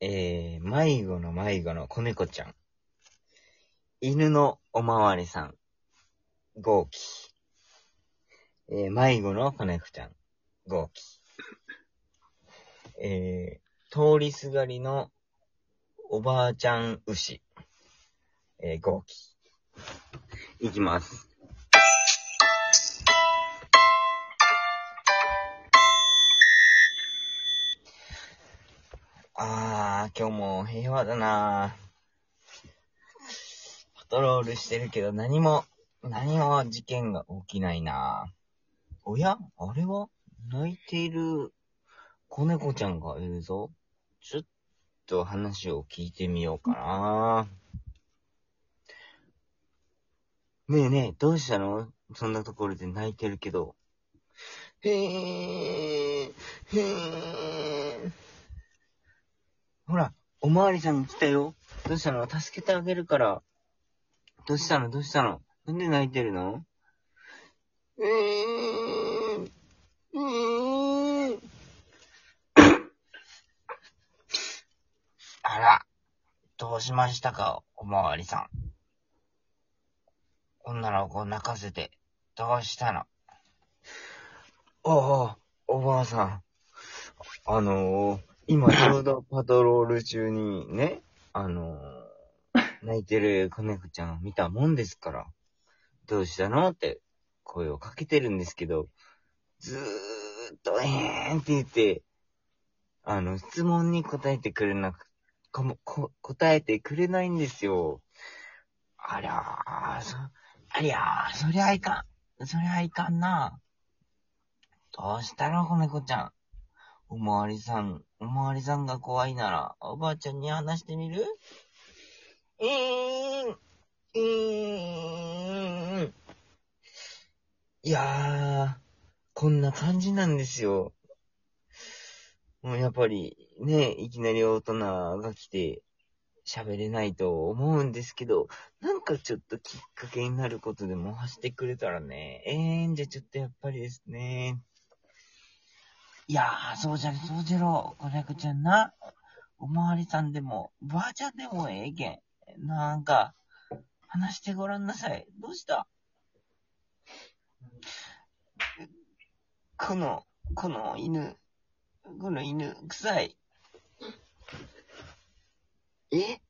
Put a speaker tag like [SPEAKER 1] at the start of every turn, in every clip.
[SPEAKER 1] えー、迷子の迷子の子猫ちゃん。犬のおまわりさん。号機。えー、迷子の子猫ちゃん。号機。えー、通りすがりのおばあちゃん牛。えー、号機。いきます。あー、今日も平和だなパトロールしてるけど何も、何も事件が起きないなおやあれは泣いている子猫ちゃんがいるぞ。ちょっと話を聞いてみようかなねえねえ、どうしたのそんなところで泣いてるけど。へえー、へえ。ほら、おまわりさん来たよ。どうしたの助けてあげるから。どうしたのどうしたのなんで泣いてるのえー、えー。あら、どうしましたか、おまわりさん。女の子を泣かせて、どうしたのああ、おばあさん。あのー、今ちょうどパトロール中にね、あのー、泣いてる子猫ちゃんを見たもんですから、どうしたのって声をかけてるんですけど、ずーっとえーんって言って、あの、質問に答えてくれなく、こもこ答えてくれないんですよ。あらー、そ、ありゃー、そりゃあいかん。そりゃあいかんな。どうしたの、子猫ちゃん。おまわりさん、おまわりさんが怖いなら、おばあちゃんに話してみるえーん、えーん。いやー、こんな感じなんですよ。もうやっぱり、ね、いきなり大人が来て、喋れないと思うんですけど、なんかちょっときっかけになることでもしてくれたらね、ええんじゃちょっとやっぱりですね。いやー、そうじゃろ、そうじゃろ、子猫ちゃんな。おまわりさんでも、ばあちゃんでもええけん。なんか、話してごらんなさい。どうしたこの、この犬、この犬、臭い。え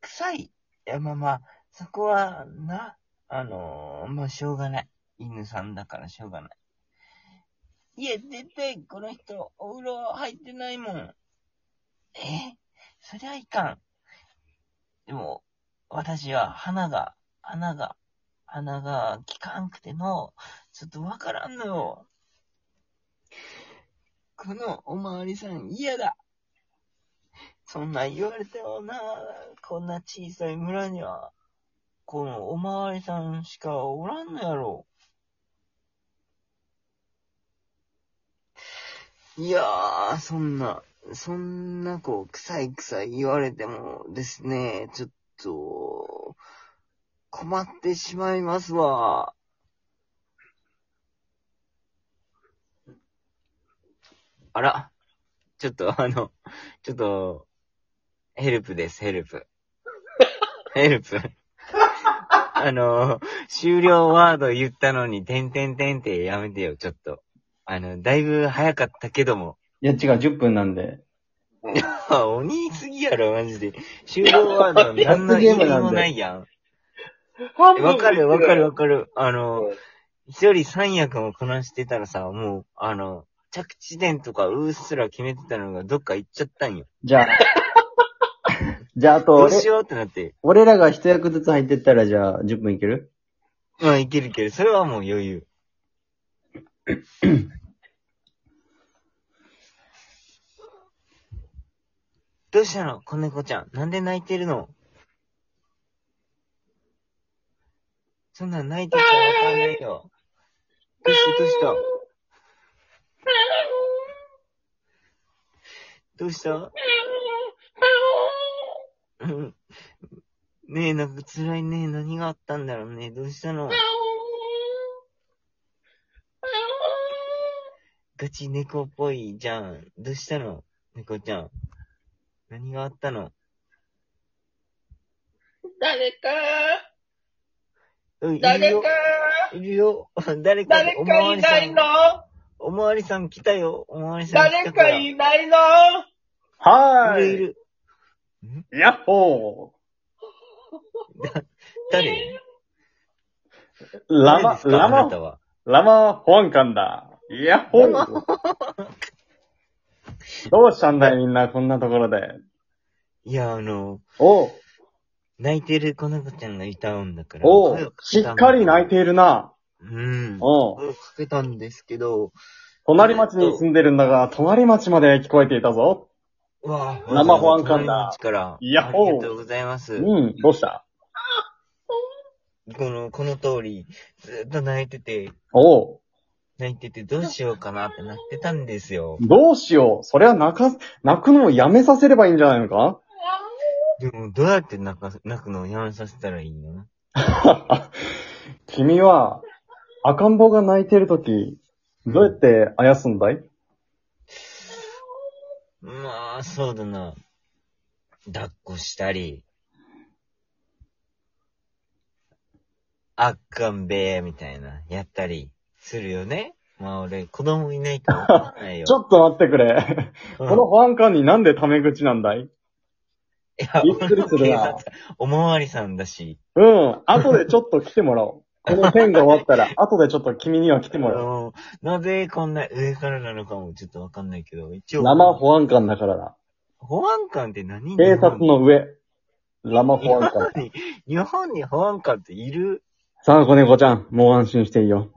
[SPEAKER 1] 臭いいや、まあまあ、そこは、な、あのー、まあ、しょうがない。犬さんだからしょうがない。いや、絶対この人、お風呂入ってないもん。えそりゃいかん。でも、私は鼻が、鼻が、鼻が効かんくての、ちょっとわからんのよ。このおまわりさん嫌だ。そんなん言われてもな、こんな小さい村には、このおまわりさんしかおらんのやろ。いやー、そんな、そんなこう、臭い臭い言われてもですね、ちょっと、困ってしまいますわ。あら、ちょっとあの、ちょっと、ヘルプです、ヘルプ。ヘルプ。あの、終了ワード言ったのに、てんてんてんってやめてよ、ちょっと。あの、だいぶ早かったけども。
[SPEAKER 2] いや、違う、10分なんで。
[SPEAKER 1] あ鬼すぎやろ、マジで。終了ワード何の意味もないやん。えわかるわかるわかる。あの、一人三役もこなしてたらさ、もう、あの、着地点とかうっすら決めてたのがどっか行っちゃったんよ。
[SPEAKER 2] じゃあ、 じゃあ、あと
[SPEAKER 1] どうし
[SPEAKER 2] 俺、
[SPEAKER 1] ようってなって。
[SPEAKER 2] 俺らが一役ずつ入ってったら、じゃあ、10分いける
[SPEAKER 1] まあ、いけるけど、それはもう余裕。どうしたの子猫ちゃん。なんで泣いてるのそんなん泣いてちゃわかんないよ。どうしたどうしたどうしたうん ねえ、なんか辛いね。何があったんだろうね。どうしたのガチ猫っぽいじゃん。どうしたの猫ちゃん。何があったの
[SPEAKER 3] 誰か
[SPEAKER 1] うんい
[SPEAKER 3] ー、誰
[SPEAKER 1] る
[SPEAKER 3] か
[SPEAKER 1] よ。いるよ。 誰か、
[SPEAKER 3] 誰
[SPEAKER 1] おま
[SPEAKER 3] か
[SPEAKER 1] わ
[SPEAKER 3] い
[SPEAKER 1] り
[SPEAKER 3] な
[SPEAKER 1] さ
[SPEAKER 3] い
[SPEAKER 1] ん
[SPEAKER 3] の、
[SPEAKER 1] おまわりさん来たよ。おまわりさん来
[SPEAKER 3] 誰
[SPEAKER 1] たか。
[SPEAKER 3] からいないの
[SPEAKER 2] はいー
[SPEAKER 1] るいる。
[SPEAKER 2] やっほ
[SPEAKER 1] 誰
[SPEAKER 2] ーラ
[SPEAKER 1] 誰で
[SPEAKER 2] マ、
[SPEAKER 1] すか
[SPEAKER 2] ラ
[SPEAKER 1] あなた
[SPEAKER 2] マ、
[SPEAKER 1] は。
[SPEAKER 2] ラマ保安官だ。やっほーどうしたんだよみんなこんなところで。
[SPEAKER 1] いや、あの、
[SPEAKER 2] おう、
[SPEAKER 1] 泣いてる子猫ちゃんがいたんだから。
[SPEAKER 2] お
[SPEAKER 1] 声を
[SPEAKER 2] う、
[SPEAKER 1] か
[SPEAKER 2] し
[SPEAKER 1] けた
[SPEAKER 2] っ
[SPEAKER 1] んだ
[SPEAKER 2] かり泣いているな。
[SPEAKER 1] うん。
[SPEAKER 2] おう、
[SPEAKER 1] 声をかけたんですけど、
[SPEAKER 2] 隣町に住んでるんだが、隣町まで聞こえていたぞ。
[SPEAKER 1] うわぁ、
[SPEAKER 2] 生保安官だ
[SPEAKER 1] 隣町から。
[SPEAKER 2] やっほー
[SPEAKER 1] ありがとうございます。
[SPEAKER 2] うん、どうした
[SPEAKER 1] この、この通り、ずっと泣いてて、
[SPEAKER 2] おう、
[SPEAKER 1] 泣いててどうしようかなってなってたんですよ。
[SPEAKER 2] どうしよう。それは泣か、泣くのをやめさせればいいんじゃないのか
[SPEAKER 1] でも、どうやって泣か、泣くのをやめさせたらいいの
[SPEAKER 2] 君は、赤ん坊が泣いてるとき、どうやってあやすんだい
[SPEAKER 1] まあ、そうだな。抱っこしたり、あっかんべーみたいな、やったりするよね。まあ俺、子供いないとわかんないよ。
[SPEAKER 2] ちょっと待ってくれ。
[SPEAKER 1] う
[SPEAKER 2] こ
[SPEAKER 1] ん
[SPEAKER 2] の保安官になんでタメ口なんだい
[SPEAKER 1] いや、
[SPEAKER 2] びっくりするな
[SPEAKER 1] 俺の警察おまわりさんだし。
[SPEAKER 2] うん、後でちょっと来てもらおう。この件が終わっ たら、後でちょっと君には来て
[SPEAKER 1] あ
[SPEAKER 2] もらおう。
[SPEAKER 1] の、なぜこんな上からなのかもちょっとわかんないけど、一応。
[SPEAKER 2] 生保安官だからだ。
[SPEAKER 1] 保安官って何
[SPEAKER 2] 警察の上。ラマ保安官。
[SPEAKER 1] 日本に保安官っている
[SPEAKER 2] さあ、子猫ちゃん、もう安心していいよ。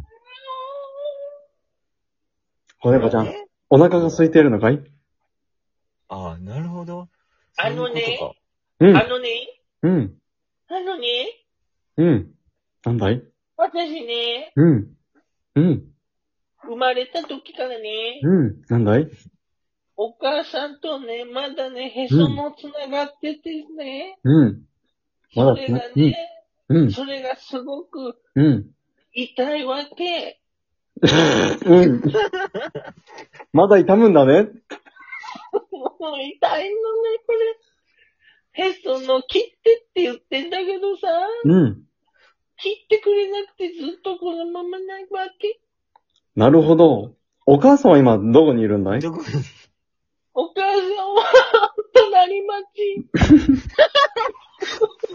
[SPEAKER 2] 子猫ちゃん、
[SPEAKER 1] え
[SPEAKER 2] お腹が空いてるのかい
[SPEAKER 1] ああ、なるほど。
[SPEAKER 3] あのね
[SPEAKER 1] そういうこ
[SPEAKER 2] う
[SPEAKER 3] あ
[SPEAKER 2] ん、
[SPEAKER 3] のね、
[SPEAKER 2] うん、
[SPEAKER 3] あのね、
[SPEAKER 2] うん。なんだい
[SPEAKER 3] 私ね、
[SPEAKER 2] うん、うん、
[SPEAKER 3] 生まれた時からね、
[SPEAKER 2] うん、なんだい
[SPEAKER 3] お母さんとね、まだね、へそもつながっててね、
[SPEAKER 2] うん、まだ
[SPEAKER 3] それが
[SPEAKER 2] うん
[SPEAKER 3] ね、
[SPEAKER 2] うん、
[SPEAKER 3] それがすごく
[SPEAKER 2] うん、
[SPEAKER 3] 痛いわけ。
[SPEAKER 2] うん。まだ痛むんだね。
[SPEAKER 3] もう痛いのね、これ。へその切ってって言ってんだけどさ、
[SPEAKER 2] うん。
[SPEAKER 3] 切ってくれなくてずっとこのままないわけ。
[SPEAKER 2] なるほど。お母さんは今、どこにいるんだ
[SPEAKER 1] と
[SPEAKER 2] い
[SPEAKER 1] どこに
[SPEAKER 3] お母さんは隣町。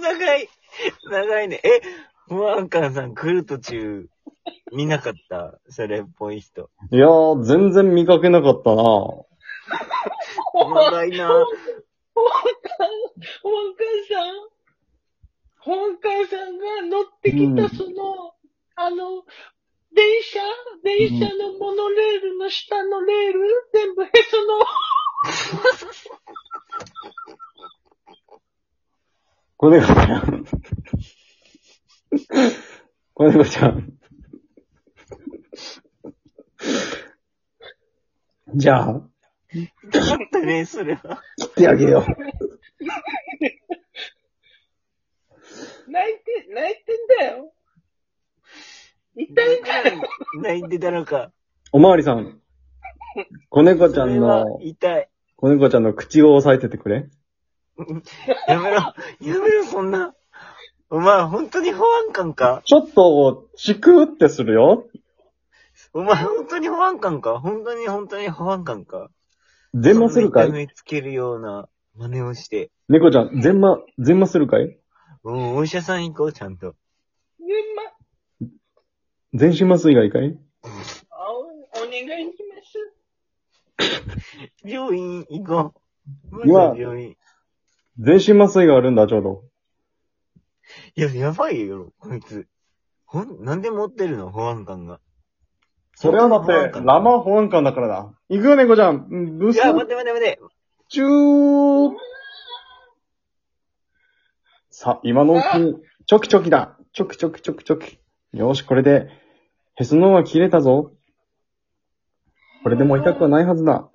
[SPEAKER 1] 長い、長いね。え、保安官さん来る途中、見なかったそれっぽい人。
[SPEAKER 2] いやー、全然見かけなかったな
[SPEAKER 1] 長いな。
[SPEAKER 3] お母さん、お母さん、お母さんが乗ってき
[SPEAKER 2] うん
[SPEAKER 3] たその、あの、電車電車のモノレールの下のレール全部へその、
[SPEAKER 2] 子猫ちゃん。子猫ちゃん。じゃあ、
[SPEAKER 1] だったね、それは。
[SPEAKER 2] 切ってあげよ
[SPEAKER 3] 泣いて、泣いてんだよ。痛いんだよ。
[SPEAKER 1] 泣いてたのか。
[SPEAKER 2] う。おまわりさん。子猫ちゃ
[SPEAKER 1] それ
[SPEAKER 2] ん
[SPEAKER 1] は
[SPEAKER 2] の、
[SPEAKER 1] 痛い。
[SPEAKER 2] 子猫ちゃんの口を押さえててくれ。
[SPEAKER 1] やめろ、やめろ、そんな。お前、本当に保安官か
[SPEAKER 2] ちょっと、チクってするよ。
[SPEAKER 1] お前、本当に保安官か本当に本当に保安官か
[SPEAKER 2] 全麻するか
[SPEAKER 1] そんない痛めつけるような真似をして。
[SPEAKER 2] 猫ちゃん、全麻、全麻するかい
[SPEAKER 1] うん、お医者さん行こう、ちゃんと。
[SPEAKER 3] ねま、
[SPEAKER 2] 全身麻酔がいいかい
[SPEAKER 3] あおお願いします。
[SPEAKER 1] 病院行こう。まず
[SPEAKER 2] うわ
[SPEAKER 1] 病院。
[SPEAKER 2] 全身麻酔があるんだ、ちょうど。
[SPEAKER 1] いや、やばいよ、こいつ。ほん、なんで持ってるの保安官が。
[SPEAKER 2] それはだっ
[SPEAKER 1] 保安
[SPEAKER 2] て、
[SPEAKER 1] 官
[SPEAKER 2] ラマ保安官だからだ。行くよ、猫ちゃん。うんブ
[SPEAKER 1] い
[SPEAKER 2] ス
[SPEAKER 1] や、待って待って待って。
[SPEAKER 2] チューさ、今のうちに、チョキチョキだ。チョキチョキチョキチョキ。よーし、これで、へその緒は切れたぞ。これでもう痛くはないはずだ。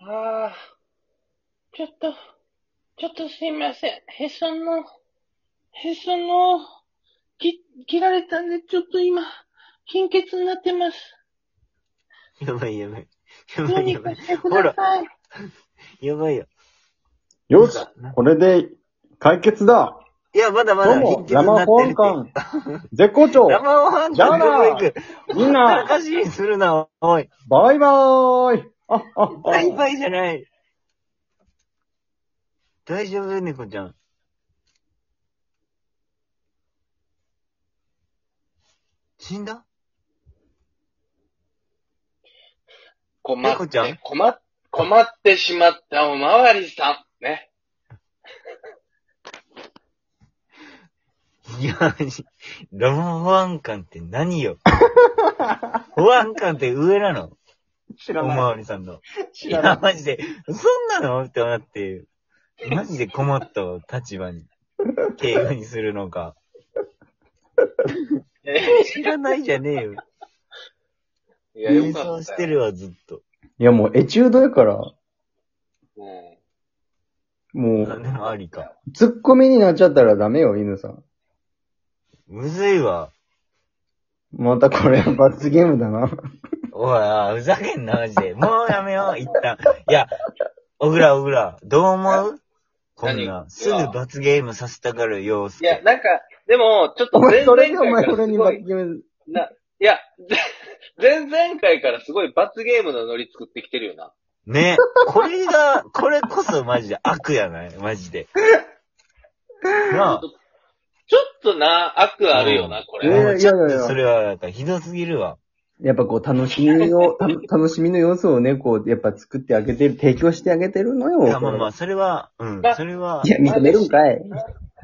[SPEAKER 3] ああ、ちょっと、ちょっとすいません。へその、へその、き、切られたんで、ちょっと今、貧血になってます。
[SPEAKER 1] やばいやばい。や
[SPEAKER 3] ど
[SPEAKER 1] ば
[SPEAKER 3] う
[SPEAKER 1] い
[SPEAKER 3] に
[SPEAKER 1] やば
[SPEAKER 3] か
[SPEAKER 1] い。
[SPEAKER 3] してください。
[SPEAKER 1] やばいよ。
[SPEAKER 2] よし、これで解決だ
[SPEAKER 1] いや、まだま
[SPEAKER 2] どう
[SPEAKER 1] だ
[SPEAKER 2] も
[SPEAKER 1] 貧、血にな
[SPEAKER 2] 生
[SPEAKER 1] ってる
[SPEAKER 2] 本
[SPEAKER 1] って。
[SPEAKER 2] 館、絶好調
[SPEAKER 1] 生本
[SPEAKER 2] じゃあ
[SPEAKER 1] 館
[SPEAKER 2] な
[SPEAKER 1] どこ行く
[SPEAKER 2] みん
[SPEAKER 1] ほったら
[SPEAKER 2] な、
[SPEAKER 1] かしにするな、おい。
[SPEAKER 2] バイバーイあ、あ、
[SPEAKER 1] バイ
[SPEAKER 2] あ、
[SPEAKER 1] バイじゃない。大丈夫猫ちゃん。死んだ
[SPEAKER 3] 困
[SPEAKER 1] 猫
[SPEAKER 3] っ
[SPEAKER 1] ちゃん
[SPEAKER 3] て、困っ、困ってしまったおまわりさん。ね。
[SPEAKER 1] いや、ラマ保安官って何 よ。保安官って上なの
[SPEAKER 2] 知
[SPEAKER 1] おまわりさんの。
[SPEAKER 2] 知
[SPEAKER 1] いや、マジで、そんなのってなって、マジで困ったわ立場に。敬語にするの か。知らないじゃねえよ。
[SPEAKER 3] いや、よ
[SPEAKER 1] 演
[SPEAKER 3] か
[SPEAKER 1] 奏
[SPEAKER 3] っ
[SPEAKER 1] したて
[SPEAKER 3] よ。
[SPEAKER 1] るわ、ずっと。
[SPEAKER 2] いや、もうエチュードやから、
[SPEAKER 3] うん
[SPEAKER 2] も
[SPEAKER 1] あ
[SPEAKER 2] う、
[SPEAKER 1] でもありか。
[SPEAKER 2] ツッコミになっちゃったらダメよ、犬さん。
[SPEAKER 1] むずいわ。
[SPEAKER 2] またこれは罰ゲームだな。
[SPEAKER 1] おいおい、ふざけんな、マジで。もうやめよう、一旦。いや、小倉小倉、どう思うこんな
[SPEAKER 3] 何、
[SPEAKER 1] すぐ罰ゲームさせたがる様子。
[SPEAKER 3] いや、なんか、でも、ちょっと
[SPEAKER 2] お前、
[SPEAKER 3] 前
[SPEAKER 2] そ
[SPEAKER 3] 々
[SPEAKER 2] れ
[SPEAKER 3] 回
[SPEAKER 2] でお前
[SPEAKER 3] か
[SPEAKER 2] 俺
[SPEAKER 3] らす
[SPEAKER 2] に
[SPEAKER 3] ご
[SPEAKER 2] 罰
[SPEAKER 3] い、
[SPEAKER 2] ゲーム。
[SPEAKER 3] な、いや、 前々回からすごい罰ゲームのノリ作ってきてるよな。
[SPEAKER 1] ね。これが、これこそマジで悪やないマジ で。なあ。
[SPEAKER 3] ちょっとな、悪あるよな、こ
[SPEAKER 2] いやい
[SPEAKER 3] れ。
[SPEAKER 2] や
[SPEAKER 1] ちょっとそれは、なんかひどすぎるわ。
[SPEAKER 2] やっぱこう、楽しみを、た 楽しみの要素をね、こう、やっぱ作ってあげてる、提供してあげてるのよ。
[SPEAKER 1] いや、まあまあ、それは、うん
[SPEAKER 3] ま、あ
[SPEAKER 1] それは、
[SPEAKER 2] いや、認めるんかい。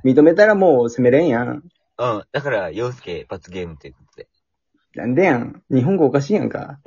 [SPEAKER 2] 認めたらもう責めれんやん。
[SPEAKER 1] うん、だから、洋介罰ゲームということで。
[SPEAKER 2] なんでやん。日本語おかしいやんか。